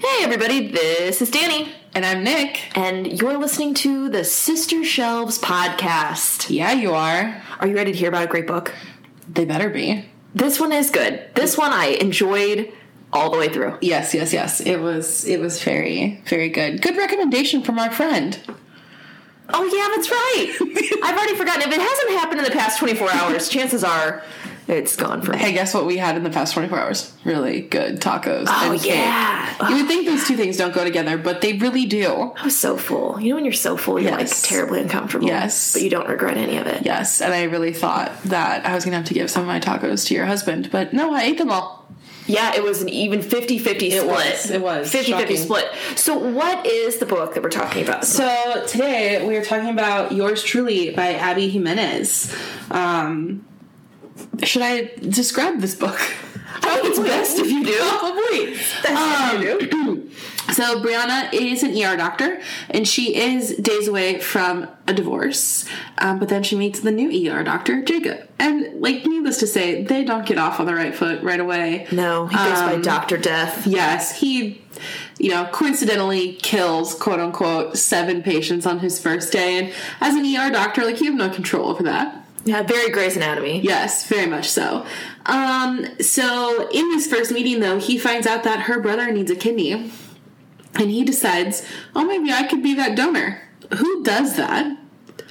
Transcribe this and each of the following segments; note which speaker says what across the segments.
Speaker 1: Hey, everybody, this is Danny,
Speaker 2: And I'm Nick.
Speaker 1: and you're listening to the Sister Shelves podcast.
Speaker 2: Yeah, you are.
Speaker 1: Are you ready to hear about a great book?
Speaker 2: They better be.
Speaker 1: This one is good. This one I enjoyed all the way through.
Speaker 2: Yes, yes, yes. It was it was very, very good. Good recommendation from our friend.
Speaker 1: Oh, yeah, that's right. I've already forgotten. If it hasn't happened in the past 24 hours, chances are it's gone for me.
Speaker 2: Hey, guess what we had in the past 24 hours? Really good tacos.
Speaker 1: Oh,
Speaker 2: and cake.
Speaker 1: yeah.
Speaker 2: You would think those two things don't go together, but they really do.
Speaker 1: I was so full. You know when you're so full, you're
Speaker 2: Yes.
Speaker 1: like terribly uncomfortable.
Speaker 2: Yes.
Speaker 1: But you don't regret any of it.
Speaker 2: Yes, and I really thought that I was gonna have to give some of my tacos to your husband, but no, I ate them all.
Speaker 1: Yeah, it was an even 50 50 split.
Speaker 2: was. It was.
Speaker 1: 50 50
Speaker 2: Shocking.
Speaker 1: split. So, what is the book that we're talking about?
Speaker 3: So today we are talking about Yours Truly by Abby Jimenez. Um,
Speaker 2: Should I describe this book?
Speaker 1: I
Speaker 2: Oh,
Speaker 1: think it's best Um, if you do.
Speaker 2: Probably.
Speaker 1: Best if you do.
Speaker 2: So Brianna is an ER doctor, and she is days away from a divorce. Um, but then she meets the new ER doctor, Jacob, and like needless to say, they don't get off on the right foot right away.
Speaker 1: No, he goes by Doctor Death.
Speaker 2: Yes, he, you know, coincidentally kills quote unquote seven patients on his first day, and as an ER doctor, like you have no control over that.
Speaker 1: Yeah, very Grey's Anatomy.
Speaker 2: Yes, very much so. Um, so in this first meeting, though, he finds out that her brother needs a kidney, and he decides, oh, maybe I could be that donor. Who does that?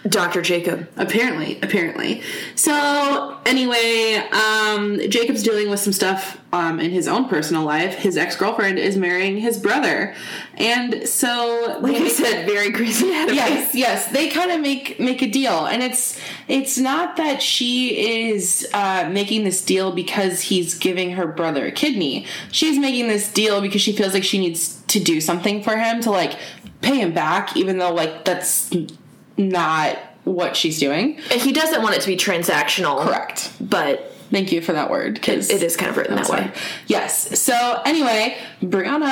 Speaker 1: Doctor Jacob.
Speaker 2: Apparently, apparently. So anyway, um, Jacob's dealing with some stuff um, in his own personal life. His ex girlfriend is marrying his brother, and so
Speaker 1: Like I said, very Grey's Anatomy.
Speaker 2: yes yes they kind of make make a deal and it's it's not that she is uh, making this deal because he's giving her brother a kidney she's making this deal because she feels like she needs to do something for him to like pay him back even though like that's n- not what she's doing
Speaker 1: And he doesn't want it to be transactional.
Speaker 2: correct
Speaker 1: But
Speaker 2: thank you for that word because
Speaker 1: it is kind of written that way.
Speaker 2: Yes. So anyway, Brianna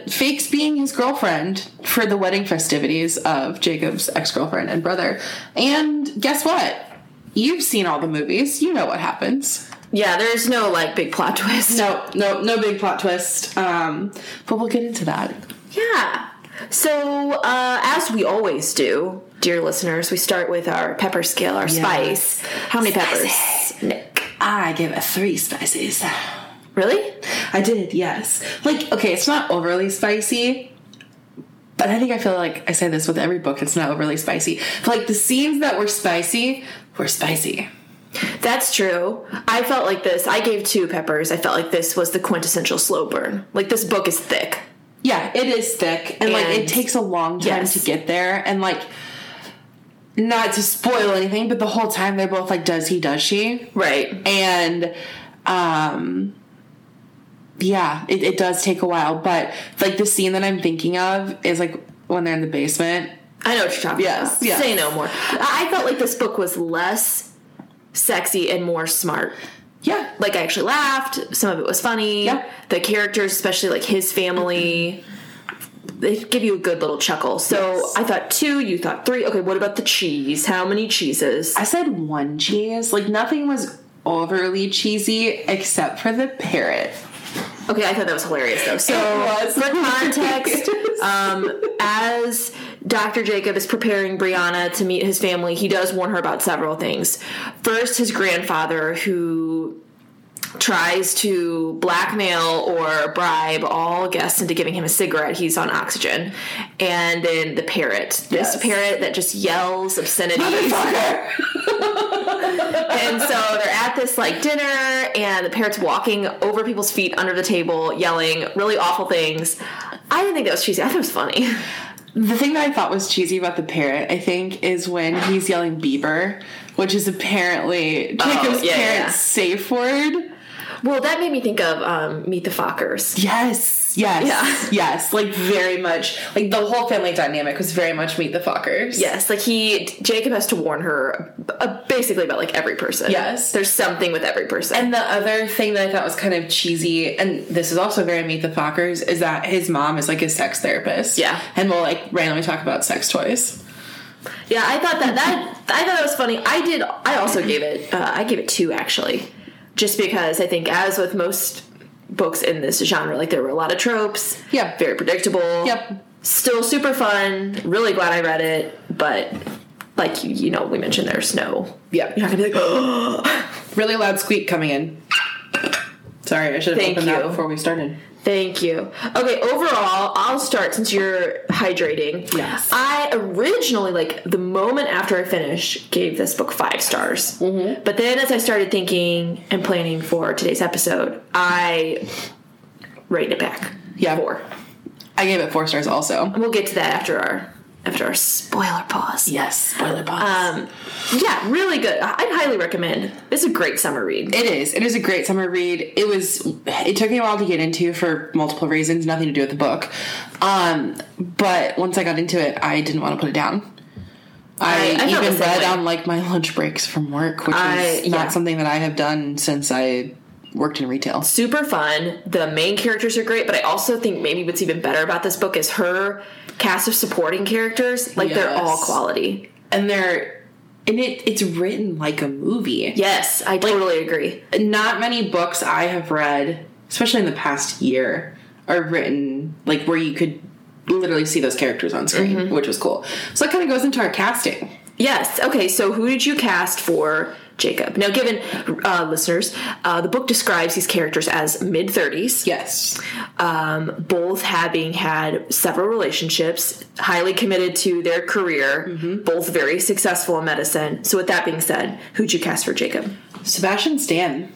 Speaker 2: uh, fakes being his girlfriend for the wedding festivities of Jacob's ex-girlfriend and brother. And guess what? You've seen all the movies. You know what happens.
Speaker 1: Yeah, there's no like big plot twist.
Speaker 2: No, no, no big plot twist. Um, but we'll get into that.
Speaker 1: Yeah. So, uh, as we always do, dear listeners, we start with our pepper scale, our spice. How many peppers? Nick.
Speaker 2: I give it three spices.
Speaker 1: Really?
Speaker 2: I did, yes. Like, okay, it's not overly spicy, but I think I feel like I say this with every book. It's not overly spicy. But like the scenes that were spicy were spicy.
Speaker 1: That's true. I felt like this. I gave two peppers. I felt like this was the quintessential slow burn. Like this book is thick.
Speaker 2: Yeah, it is thick, and, like
Speaker 1: And-
Speaker 2: it takes a long time
Speaker 1: Yes.
Speaker 2: to get there, and like. Not to spoil anything, but the whole time they're both like, does he, does she?
Speaker 1: Right.
Speaker 2: and um yeah it, it does take a while but like the scene that i'm thinking of is like when they're in the basement
Speaker 1: I know what you're talking
Speaker 2: Yes,
Speaker 1: about.
Speaker 2: yes.
Speaker 1: Say no more. I I felt like this book was less sexy and more smart.
Speaker 2: yeah
Speaker 1: Like I actually laughed. Some of it was funny.
Speaker 2: Yeah.
Speaker 1: The characters, especially like his family, they give you a good little chuckle. So
Speaker 2: Yes.
Speaker 1: I thought two. You thought three. Okay. What about the cheese? How many cheeses?
Speaker 2: i said one cheese like nothing was overly cheesy except for the parrot
Speaker 1: Okay, I thought that was hilarious though. So
Speaker 2: It was
Speaker 1: for context,
Speaker 2: hilarious.
Speaker 1: um, as Dr. Jacob is preparing Brianna to meet his family, he does warn her about several things. First, his grandfather who tries to blackmail or bribe all guests into giving him a cigarette. He's on oxygen. And then the parrot. This
Speaker 2: Yes.
Speaker 1: parrot that just yells obscenities. And so they're at this like dinner, and the parrot's walking over people's feet under the table, yelling really awful things. I didn't think that was cheesy. I thought it was funny.
Speaker 2: the thing that i thought was cheesy about the parrot i think is when he's yelling bieber which is apparently
Speaker 1: Oh,
Speaker 2: jacob's
Speaker 1: yeah,
Speaker 2: parents'
Speaker 1: yeah.
Speaker 2: safe word
Speaker 1: Well, that made me think of um, Meet the Fockers.
Speaker 2: Yes, yes,
Speaker 1: Yeah.
Speaker 2: yes. Like very much. Like the whole family dynamic was very much meet the fuckers.
Speaker 1: Yes, like he Jacob has to warn her uh, basically about like every person.
Speaker 2: Yes.
Speaker 1: there's something with every person.
Speaker 2: And the other thing that I thought was kind of cheesy, and this is also very meet the fuckers, is that his mom is like a sex therapist.
Speaker 1: Yeah.
Speaker 2: And we'll like randomly talk about sex toys.
Speaker 1: yeah, I thought that that I thought that was funny. I did. I also gave it. Uh, I gave it two actually, just because I think as with most books in this genre. Like there were a lot of tropes.
Speaker 2: Yep.
Speaker 1: Very predictable.
Speaker 2: Yep.
Speaker 1: Still super fun. Really glad I read it, but like you, you know, we mentioned there's no.
Speaker 2: Yep.
Speaker 1: You're not gonna be like, oh,
Speaker 2: Really loud squeak coming in. Sorry, I should have
Speaker 1: Thank
Speaker 2: opened that
Speaker 1: you.
Speaker 2: before we started.
Speaker 1: thank you. Okay, overall, I'll start since you're hydrating.
Speaker 2: Yes.
Speaker 1: I originally, like, the moment after I finished, gave this book five stars. Mm-hmm. But then as I started thinking and planning for today's episode, I rated it back.
Speaker 2: Yeah.
Speaker 1: Four.
Speaker 2: I gave it four stars also.
Speaker 1: We'll get to that after our after our spoiler pause.
Speaker 2: Yes, spoiler box.
Speaker 1: Um, yeah, really good. I- I'd highly recommend. It's a great summer read.
Speaker 2: It is. It is a great summer read. It was. It took me a while to get into for multiple reasons, nothing to do with the book. Um, but once I got into it, I didn't want to put it down. I,
Speaker 1: I- I felt the
Speaker 2: even
Speaker 1: same
Speaker 2: read
Speaker 1: way.
Speaker 2: on like my lunch breaks from work, which
Speaker 1: I-
Speaker 2: is
Speaker 1: yeah.
Speaker 2: not something that I have done since I worked in retail.
Speaker 1: Super fun. The main characters are great, but I also think maybe what's even better about this book is her cast of supporting characters. Like they're all
Speaker 2: Yes.
Speaker 1: quality.
Speaker 2: And they're and it it's written like a movie.
Speaker 1: Yes, I totally agree.
Speaker 2: Not many books I have read, especially in the past year, are written like where you could literally see those characters on screen,
Speaker 1: Mm-hmm.
Speaker 2: which was cool. So that kind of goes into our casting.
Speaker 1: Yes. Okay. So who did you cast for Jacob? Now, given uh, listeners, uh, the book describes these characters as mid thirties.
Speaker 2: Yes.
Speaker 1: um, both having had several relationships, highly committed to their career, both very successful in medicine. So, with that being said, who'd you cast for Jacob?
Speaker 2: Sebastian Stan.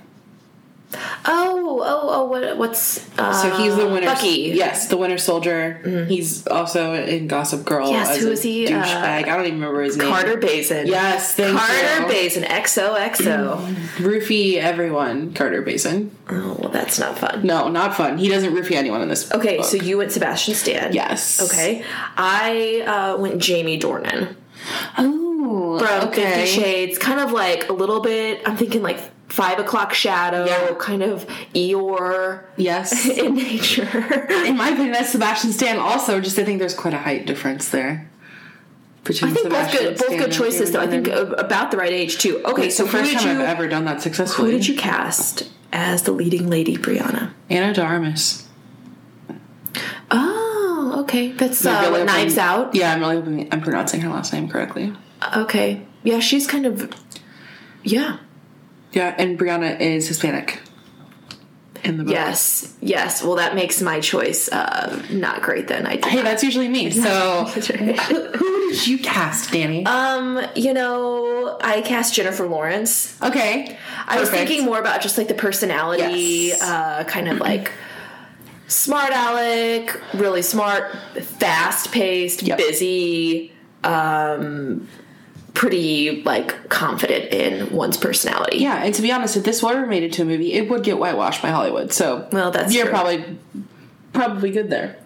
Speaker 1: Oh, oh, oh, what, what's. Uh,
Speaker 2: So he's the winner.
Speaker 1: Bucky. Mm-hmm.
Speaker 2: Yes, the winter soldier. He's also in Gossip Girl.
Speaker 1: Yes,
Speaker 2: as
Speaker 1: who
Speaker 2: a
Speaker 1: is he? Uh,
Speaker 2: Douchebag. I don't even remember his name.
Speaker 1: Carter Bazin.
Speaker 2: Yes, thank
Speaker 1: Carter
Speaker 2: you.
Speaker 1: Bazin, XOXO.
Speaker 2: Roofie everyone. Carter Basin.
Speaker 1: oh, well, that's not fun.
Speaker 2: No, not fun. He doesn't roofie anyone in this.
Speaker 1: Okay,
Speaker 2: book.
Speaker 1: so you went Sebastian Stan.
Speaker 2: yes.
Speaker 1: Okay. I uh, went Jamie Dornan.
Speaker 2: Oh,
Speaker 1: from
Speaker 2: okay.
Speaker 1: Fifty Shades, kind of like a little bit. I'm thinking like Five O'clock Shadow,
Speaker 2: Yeah.
Speaker 1: kind of Eeyore
Speaker 2: Yes.
Speaker 1: in nature.
Speaker 2: In my opinion, that's Sebastian Stan. Also, just I think there's quite a height difference there. Between
Speaker 1: I think both
Speaker 2: Sebastian
Speaker 1: good, both
Speaker 2: Stan
Speaker 1: good
Speaker 2: and
Speaker 1: choices, though. I
Speaker 2: Damon.
Speaker 1: think a- about the right age too. Okay,
Speaker 2: it's
Speaker 1: so
Speaker 2: the
Speaker 1: who
Speaker 2: first
Speaker 1: did
Speaker 2: time
Speaker 1: you
Speaker 2: I've ever done that successfully.
Speaker 1: who did you cast as the leading lady, Brianna?
Speaker 2: Anna Darmus.
Speaker 1: Oh, okay, that's uh,
Speaker 2: really hoping-
Speaker 1: Knives Out.
Speaker 2: Yeah, I'm really hoping I'm pronouncing her last name correctly.
Speaker 1: Okay, yeah, she's kind of yeah.
Speaker 2: Yeah, and Brianna is Hispanic. In the book.
Speaker 1: Yes, yes. Well, that makes my choice uh, not great. Then I did
Speaker 2: Hey, that's usually me. So, Uh,
Speaker 1: That's right.
Speaker 2: who who did you cast, Danny?
Speaker 1: Um, you know, I cast Jennifer Lawrence.
Speaker 2: okay.
Speaker 1: I was
Speaker 2: Perfect.
Speaker 1: thinking more about just like the personality,
Speaker 2: Yes.
Speaker 1: uh, kind of like smart aleck, really smart, fast paced,
Speaker 2: Yep.
Speaker 1: busy, um, pretty like confident in one's personality.
Speaker 2: Yeah, and to be honest, if this were made into a movie, it would get whitewashed by Hollywood. So,
Speaker 1: Well, that's
Speaker 2: you're
Speaker 1: true.
Speaker 2: probably probably good there.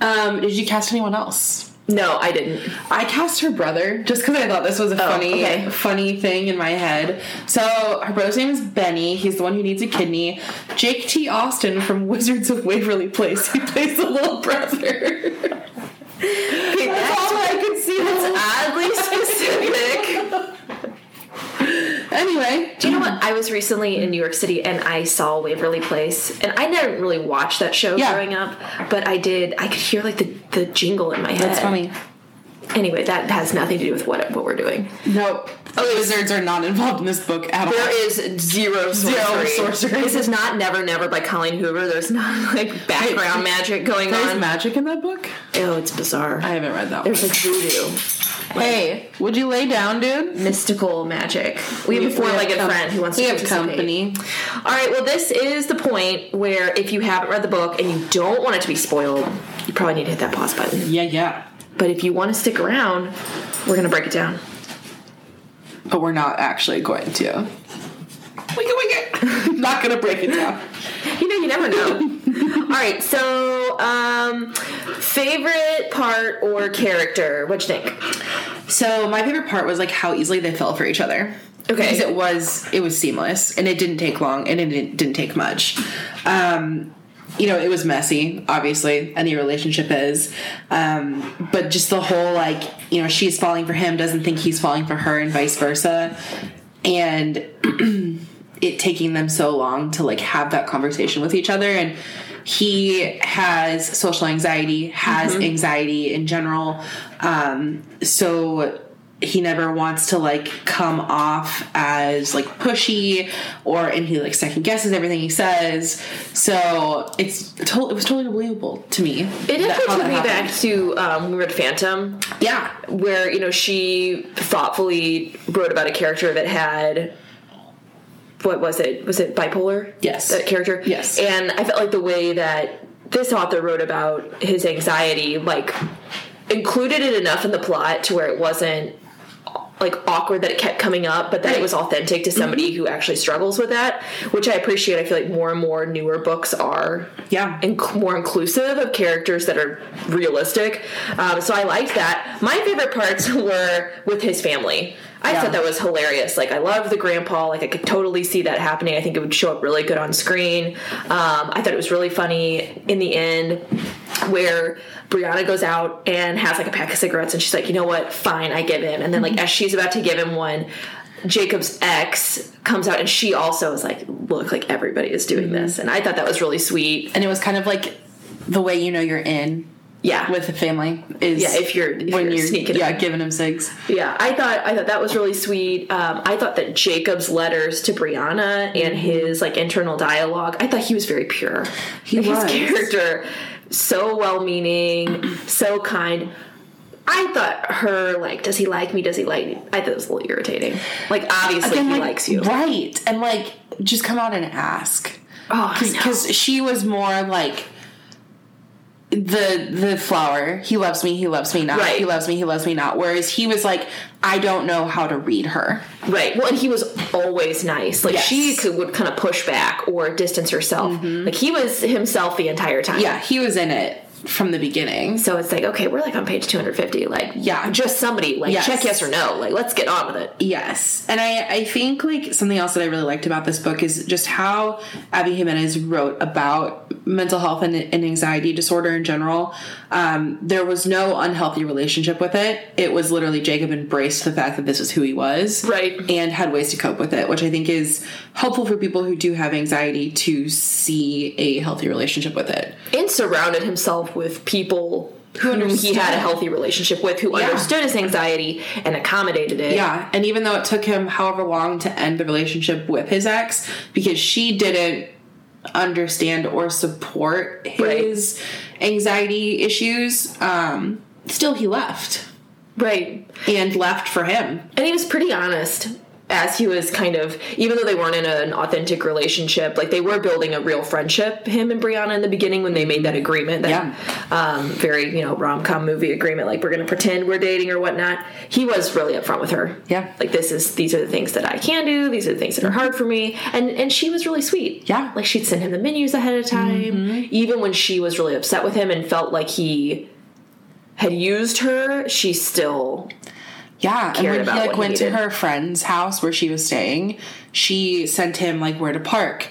Speaker 2: Um, did you cast anyone else?
Speaker 1: No, I didn't.
Speaker 2: I cast her brother just because I thought this was a funny,
Speaker 1: Oh, okay.
Speaker 2: funny thing in my head. So her brother's name is Benny. He's the one who needs a kidney. Jake T. Austin from Wizards of Waverly Place. He plays the little brother.
Speaker 1: Okay,
Speaker 2: That's
Speaker 1: that's
Speaker 2: all I could see. was-
Speaker 1: oddly specific.
Speaker 2: Anyway,
Speaker 1: Do you know what? I was recently in New York City and I saw Waverly Place, and I never really watched that show
Speaker 2: Yeah.
Speaker 1: growing up, but I did. I could hear like the, the jingle in my head.
Speaker 2: that's funny.
Speaker 1: Anyway, that has nothing to do with what what we're doing.
Speaker 2: No, wizards are not involved in this book at all.
Speaker 1: Oh, There is zero sorcery.
Speaker 2: sorcery.
Speaker 1: This is not Never Never by Colleen Hoover. There's not like background magic going
Speaker 2: There's
Speaker 1: on.
Speaker 2: magic in that book.
Speaker 1: oh, it's bizarre.
Speaker 2: I haven't read that. One.
Speaker 1: There's like voodoo,
Speaker 2: Hey, would you lay down, dude?
Speaker 1: mystical magic. We have a four-legged friend who wants
Speaker 2: we
Speaker 1: to
Speaker 2: have
Speaker 1: participate.
Speaker 2: company.
Speaker 1: All right. Well, this is the point where if you haven't read the book and you don't want it to be spoiled, you probably need to hit that pause button.
Speaker 2: Yeah, yeah.
Speaker 1: But if you want to stick around, we're gonna break it down.
Speaker 2: but we're not actually going to. Wink it, wink it. not gonna break it down.
Speaker 1: You know, you never know. All right, so um, favorite part or character? What you think?
Speaker 2: So my favorite part was like how easily they fell for each other.
Speaker 1: Okay.
Speaker 2: Because it was it was seamless and it didn't take long and it didn't, didn't take much. Um, you know, it was messy, obviously. Any relationship is, um, but just the whole like you know she's falling for him, doesn't think he's falling for her, and vice versa. And it taking them so long to like have that conversation with each other and he has social anxiety has
Speaker 1: Mm-hmm.
Speaker 2: anxiety in general um, so he never wants to like come off as like pushy or and he like second guesses everything he says so it's to- it was totally believable to me
Speaker 1: It actually
Speaker 2: that- how
Speaker 1: took
Speaker 2: that
Speaker 1: me
Speaker 2: happened.
Speaker 1: back to um, when we were at Phantom,
Speaker 2: yeah
Speaker 1: where you know she thoughtfully wrote about a character that had what was it? Was it bipolar?
Speaker 2: Yes.
Speaker 1: that character.
Speaker 2: Yes.
Speaker 1: and I felt like the way that this author wrote about his anxiety, like included it enough in the plot to where it wasn't like awkward that it kept coming up, but that it was authentic to somebody
Speaker 2: Mm-hmm.
Speaker 1: who actually struggles with that, which I appreciate. I feel like more and more newer books are
Speaker 2: yeah
Speaker 1: inc- more inclusive of characters that are realistic. Um, so I liked that. My favorite parts were with his family. I
Speaker 2: Yeah.
Speaker 1: thought that was hilarious. Like I love the grandpa. Like I could totally see that happening. I think it would show up really good on screen. Um, I thought it was really funny in the end where Brianna goes out and has like a pack of cigarettes and she's like, you know what? Fine, I give him. And then like as she's about to give him one, Jacob's ex comes out and she also is like, look, like everybody is doing this. And I thought that was really sweet.
Speaker 2: and it was kind of like the way you know you're in
Speaker 1: Yeah.
Speaker 2: with the family is
Speaker 1: Yeah, if you're- if
Speaker 2: when
Speaker 1: you're
Speaker 2: you're,
Speaker 1: sneaking
Speaker 2: yeah
Speaker 1: in.
Speaker 2: giving them cigs
Speaker 1: yeah, I thought I thought that was really sweet. Um, I thought that Jacob's letters to Brianna
Speaker 2: Mm-hmm.
Speaker 1: and his like internal dialogue, I thought he was very pure.
Speaker 2: He
Speaker 1: his
Speaker 2: was.
Speaker 1: character so well-meaning, so kind. I thought her like, does he like me? Does he like me? I thought it was a little irritating. Like obviously
Speaker 2: Again,
Speaker 1: he
Speaker 2: like,
Speaker 1: likes you.
Speaker 2: right and like just come out and ask
Speaker 1: Oh, I know.
Speaker 2: because she was more like the the flower he loves me he loves me not
Speaker 1: Right.
Speaker 2: he loves me he loves me not whereas he was like i don't know how to read her
Speaker 1: Right. Well, and he was always nice. Like
Speaker 2: Yes. Mm-hmm.
Speaker 1: she could, would kind of push back or distance herself. Like he was himself the entire time.
Speaker 2: yeah he was in it from the beginning
Speaker 1: So it's like, okay, we're like on page 250. Like,
Speaker 2: Yeah.
Speaker 1: Just somebody, like,
Speaker 2: Yes.
Speaker 1: check yes or no. Like, let's get on with it.
Speaker 2: Yes. And I, I think like something else that I really liked about this book is just how Abby Jimenez wrote about mental health and, and anxiety disorder in general. Um, there was no unhealthy relationship with it. It was literally Jacob embraced the fact that this was who he was.
Speaker 1: Right.
Speaker 2: And had ways to cope with it, which I think is helpful for people who do have anxiety to see a healthy relationship with it.
Speaker 1: And surrounded himself with people who, he had a healthy relationship with, who understood his anxiety and accommodated it.
Speaker 2: Yeah, and even though it took him however long to end the relationship with his ex because she didn't understand or support his anxiety issues, um, still he left
Speaker 1: Right.
Speaker 2: and left for him.
Speaker 1: And he was pretty honest as he was kind of, even though they weren't in a- an authentic relationship, like they were building a real friendship, him and Brianna in the beginning when they made that agreement, that
Speaker 2: Yeah.
Speaker 1: um, very, you know, rom com movie agreement, like we're going to pretend we're dating or whatnot. He was really upfront with her.
Speaker 2: Yeah.
Speaker 1: Like this is, these are the things that I can do. These are the things that are hard for me. And, and she was really sweet.
Speaker 2: Yeah. Mm-hmm.
Speaker 1: Like she'd send him the menus ahead of time, even when she was really upset with him and felt like he had used her, she still
Speaker 2: Yeah, and when he
Speaker 1: about what
Speaker 2: like
Speaker 1: he
Speaker 2: went to
Speaker 1: needed.
Speaker 2: her friend's house where she was staying, she sent him like where to park,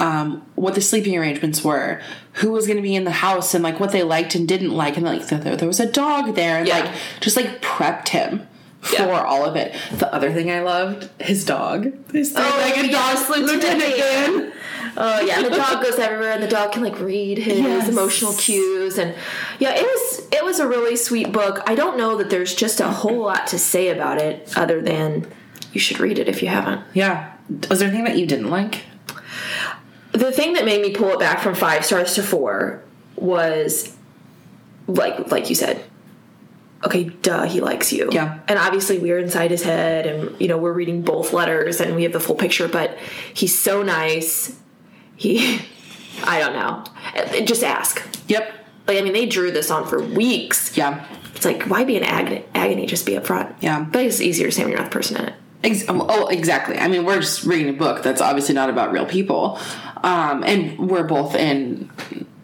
Speaker 2: um, what the sleeping arrangements were, who was going to be in the house, and like what they liked and didn't like, and like that there, there was a dog there, and
Speaker 1: Yeah.
Speaker 2: like just like prepped him. For
Speaker 1: Yeah.
Speaker 2: all of it. The other thing I loved, his dog. His dog,
Speaker 1: Oh,
Speaker 2: like a
Speaker 1: yes,
Speaker 2: dog,
Speaker 1: Lieutenant
Speaker 2: Lieutenant Dan.
Speaker 1: Oh yeah, the dog goes everywhere, and the dog can like read his
Speaker 2: Yes.
Speaker 1: emotional cues, and yeah, it was it was a really sweet book. I don't know that there's just a whole lot to say about it other than you should read it if you haven't.
Speaker 2: Yeah. Was there anything that you didn't like?
Speaker 1: The thing that made me pull it back from five stars to four was like like you said. Okay, duh, he likes you.
Speaker 2: Yeah.
Speaker 1: And obviously we're inside his head and you know, we're reading both letters and we have the full picture, but he's so nice. He I don't know. Uh, Just ask.
Speaker 2: Yep.
Speaker 1: Like I mean, they drew this on for weeks.
Speaker 2: Yeah.
Speaker 1: It's like why be an agony? Agony, just be upfront.
Speaker 2: Yeah.
Speaker 1: but it's easier to say when you're not the person in it.
Speaker 2: Ex- oh, exactly. I mean, we're just reading a book that's obviously not about real people, um, and we're both in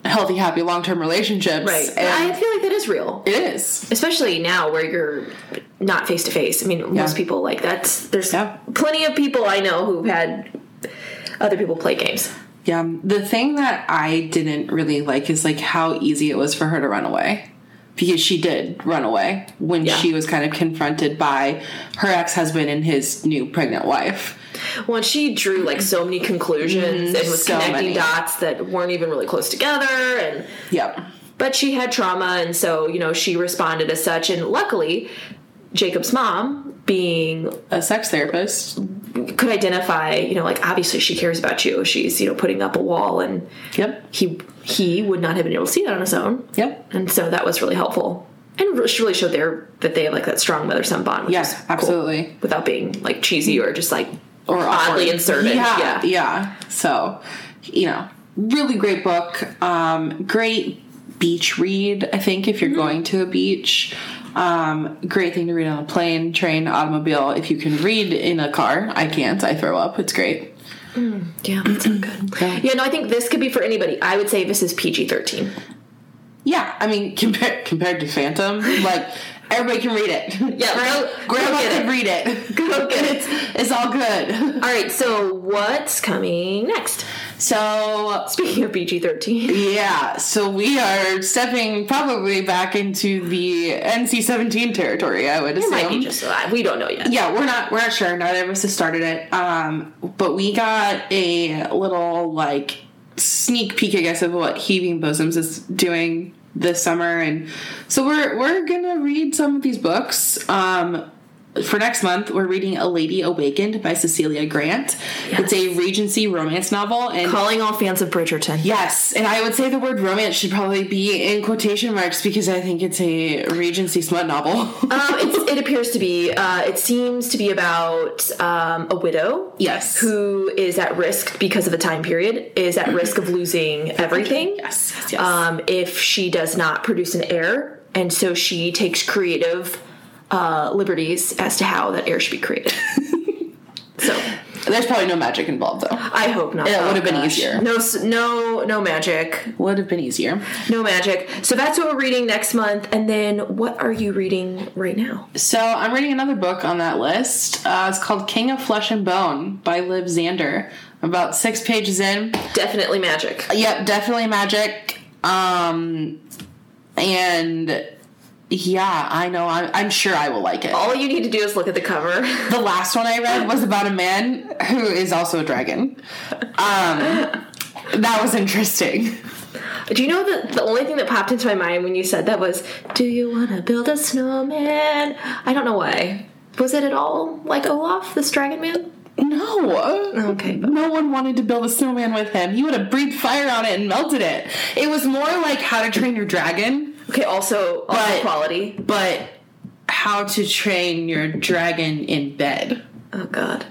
Speaker 2: healthy, happy, long-term relationships.
Speaker 1: And
Speaker 2: and
Speaker 1: I feel like that is real,
Speaker 2: it is.
Speaker 1: especially now where you're not face to face. I mean, most people like that's there's
Speaker 2: Yeah.
Speaker 1: plenty of people I know who've had other people play games.
Speaker 2: Yeah. The thing that I didn't really like is like how easy it was for her to run away. Because she did run away when
Speaker 1: Yeah.
Speaker 2: she was kind of confronted by her ex husband and his new pregnant wife.
Speaker 1: Well, and she drew like so many conclusions and was
Speaker 2: Mm-hmm. so
Speaker 1: connecting
Speaker 2: many.
Speaker 1: dots that weren't even really close together and
Speaker 2: Yep.
Speaker 1: but she had trauma and so, you know, she responded as such and luckily Jacob's mom being
Speaker 2: A sex therapist
Speaker 1: could identify, you know, like obviously she cares about you. She's, you know, putting up a wall and
Speaker 2: Yep.
Speaker 1: he he would not have been able to see that on his own.
Speaker 2: Yep.
Speaker 1: And so that was really helpful. And re- really showed their that they have like that strong mother son bond, which is
Speaker 2: Yes,
Speaker 1: cool,
Speaker 2: absolutely.
Speaker 1: without being like cheesy or just like
Speaker 2: Or
Speaker 1: oddly
Speaker 2: awkward.
Speaker 1: inserted.
Speaker 2: Yeah,
Speaker 1: Yeah.
Speaker 2: yeah. So, you know, really great book. Um, great beach read. I think if you're
Speaker 1: Mm-hmm.
Speaker 2: going to a beach, um, great thing to read on a plane, train, automobile. If you can read in a car, I can't. I throw up. It's great.
Speaker 1: Yeah, that's not good. Yeah, no, I think this could be for anybody. I would say this is PG thirteen.
Speaker 2: Yeah, I mean, compared compared to Phantom, like everybody can read it.
Speaker 1: Yeah, go-
Speaker 2: Grandma
Speaker 1: go get
Speaker 2: can
Speaker 1: it.
Speaker 2: read it.
Speaker 1: Go get it.
Speaker 2: It's it's all good.
Speaker 1: All right, so what's coming next?
Speaker 2: So
Speaker 1: Speaking of PG thirteen,
Speaker 2: Yeah, so we are stepping probably back into the NC seventeen territory. I would
Speaker 1: it
Speaker 2: assume.
Speaker 1: might be just uh, we don't know yet.
Speaker 2: yeah, we're not we're not sure. Neither of us has started it. Um, but we got a little like sneak peek, I guess, of what Heaving Bosoms is doing this summer, and so we're we're gonna read some of these books. Um, for next month, we're reading A Lady Awakened by Cecilia Grant. It's a Regency romance novel, and
Speaker 1: Calling all fans of Bridgerton.
Speaker 2: Yes, and I would say the word romance should probably be in quotation marks because I think it's a Regency smut novel.
Speaker 1: Um, it's, it appears to be. Uh, it seems to be about um, a widow
Speaker 2: yes.
Speaker 1: who is at risk because of the time period is at risk of losing everything
Speaker 2: Yes, yes, yes.
Speaker 1: um, if she does not produce an heir and so she takes creative uh, liberties as to how that heir should be created so
Speaker 2: There's probably no magic involved though.
Speaker 1: i hope not
Speaker 2: Yeah, it would've been
Speaker 1: gosh.
Speaker 2: easier.
Speaker 1: no s- no no magic
Speaker 2: Would have been easier.
Speaker 1: no magic so that's what we're reading next month and then what are you reading right now
Speaker 2: So I'm reading another book on that list. Uh, it's called King of Flesh and Bone by Liv Xander. I'm about six pages in.
Speaker 1: definitely magic
Speaker 2: Yep, definitely magic. Um, and yeah, I know. I'm, I'm sure I will like it.
Speaker 1: all you need to do is look at the cover
Speaker 2: The last one I read was about a man who is also a dragon. Um, that was interesting.
Speaker 1: Do you know that the only thing that popped into my mind when you said that was, "Do you want to build a snowman?" I don't know why. Was it at all like Olaf, this dragon man?
Speaker 2: No.
Speaker 1: Okay, but-
Speaker 2: No one wanted to build a snowman with him. He would have breathed fire on it and melted it. It was more like how to train your dragon,
Speaker 1: okay. Also, also
Speaker 2: But-
Speaker 1: quality.
Speaker 2: but how to train your dragon in bed.
Speaker 1: Oh God,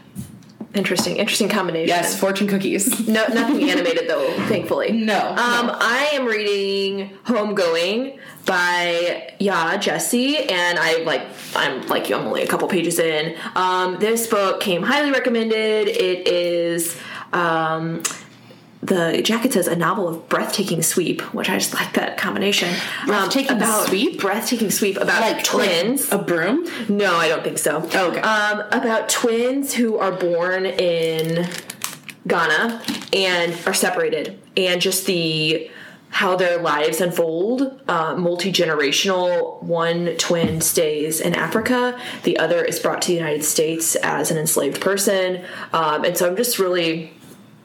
Speaker 1: interesting, interesting combination.
Speaker 2: Yes, fortune cookies.
Speaker 1: No, nothing animated though, thankfully.
Speaker 2: No.
Speaker 1: Um, I am reading Homegoing by Ya Jesse, and I like I'm like you, I'm only a couple pages in. Um, this book came highly recommended. It is um the jacket says a novel of breathtaking sweep, which I just like that combination. Um,
Speaker 2: Breathtaking
Speaker 1: about
Speaker 2: sweep?
Speaker 1: breathtaking sweep about
Speaker 2: like
Speaker 1: twins.
Speaker 2: like a broom.
Speaker 1: No, I don't think so.
Speaker 2: Okay.
Speaker 1: Um, about twins who are born in Ghana and are separated, and just the how their lives unfold. Uh, Multi generational. One twin stays in Africa. The other is brought to the United States as an enslaved person. Um, and so I'm just really,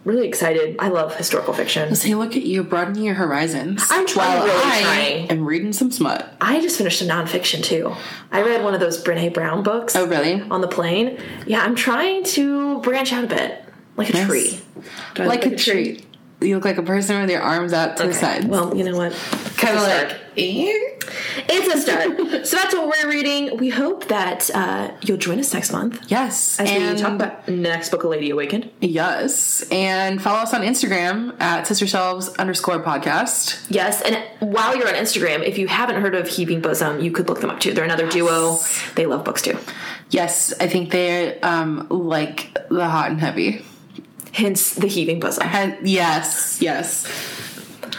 Speaker 1: really excited. I love historical fiction.
Speaker 2: Say, look at you broadening your horizons.
Speaker 1: I'm trying,
Speaker 2: While
Speaker 1: really
Speaker 2: I
Speaker 1: trying.
Speaker 2: am reading some smut.
Speaker 1: I just finished a nonfiction too. I read one of those Brene Brown books.
Speaker 2: Oh, really?
Speaker 1: on the plane. Yeah, I'm trying to branch out a bit, like a
Speaker 2: Nice.
Speaker 1: tree. Do I
Speaker 2: like,
Speaker 1: look
Speaker 2: a tree. You look like a person with your arms out to the
Speaker 1: Okay.
Speaker 2: side.
Speaker 1: Well, you know what?
Speaker 2: kind of
Speaker 1: it's a
Speaker 2: like. "Eh?"
Speaker 1: It's a start. so that's what we're reading. We hope that uh, you'll join us next month
Speaker 2: Yes,
Speaker 1: as
Speaker 2: and
Speaker 1: we talk about next book, A Lady Awakened.
Speaker 2: yes, and follow us on Instagram at sisterselves underscore podcast.
Speaker 1: Yes, and while you're on Instagram, if you haven't heard of Heaving Bosom, you could look them up too. They're another duo. They love books too.
Speaker 2: Yes, I think they um like the hot and heavy.
Speaker 1: Hence the Heaving Bosom.
Speaker 2: And yes, yes.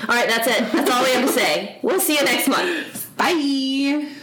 Speaker 1: All right, that's it. That's all we have to say. We'll see you next month.
Speaker 2: Bye.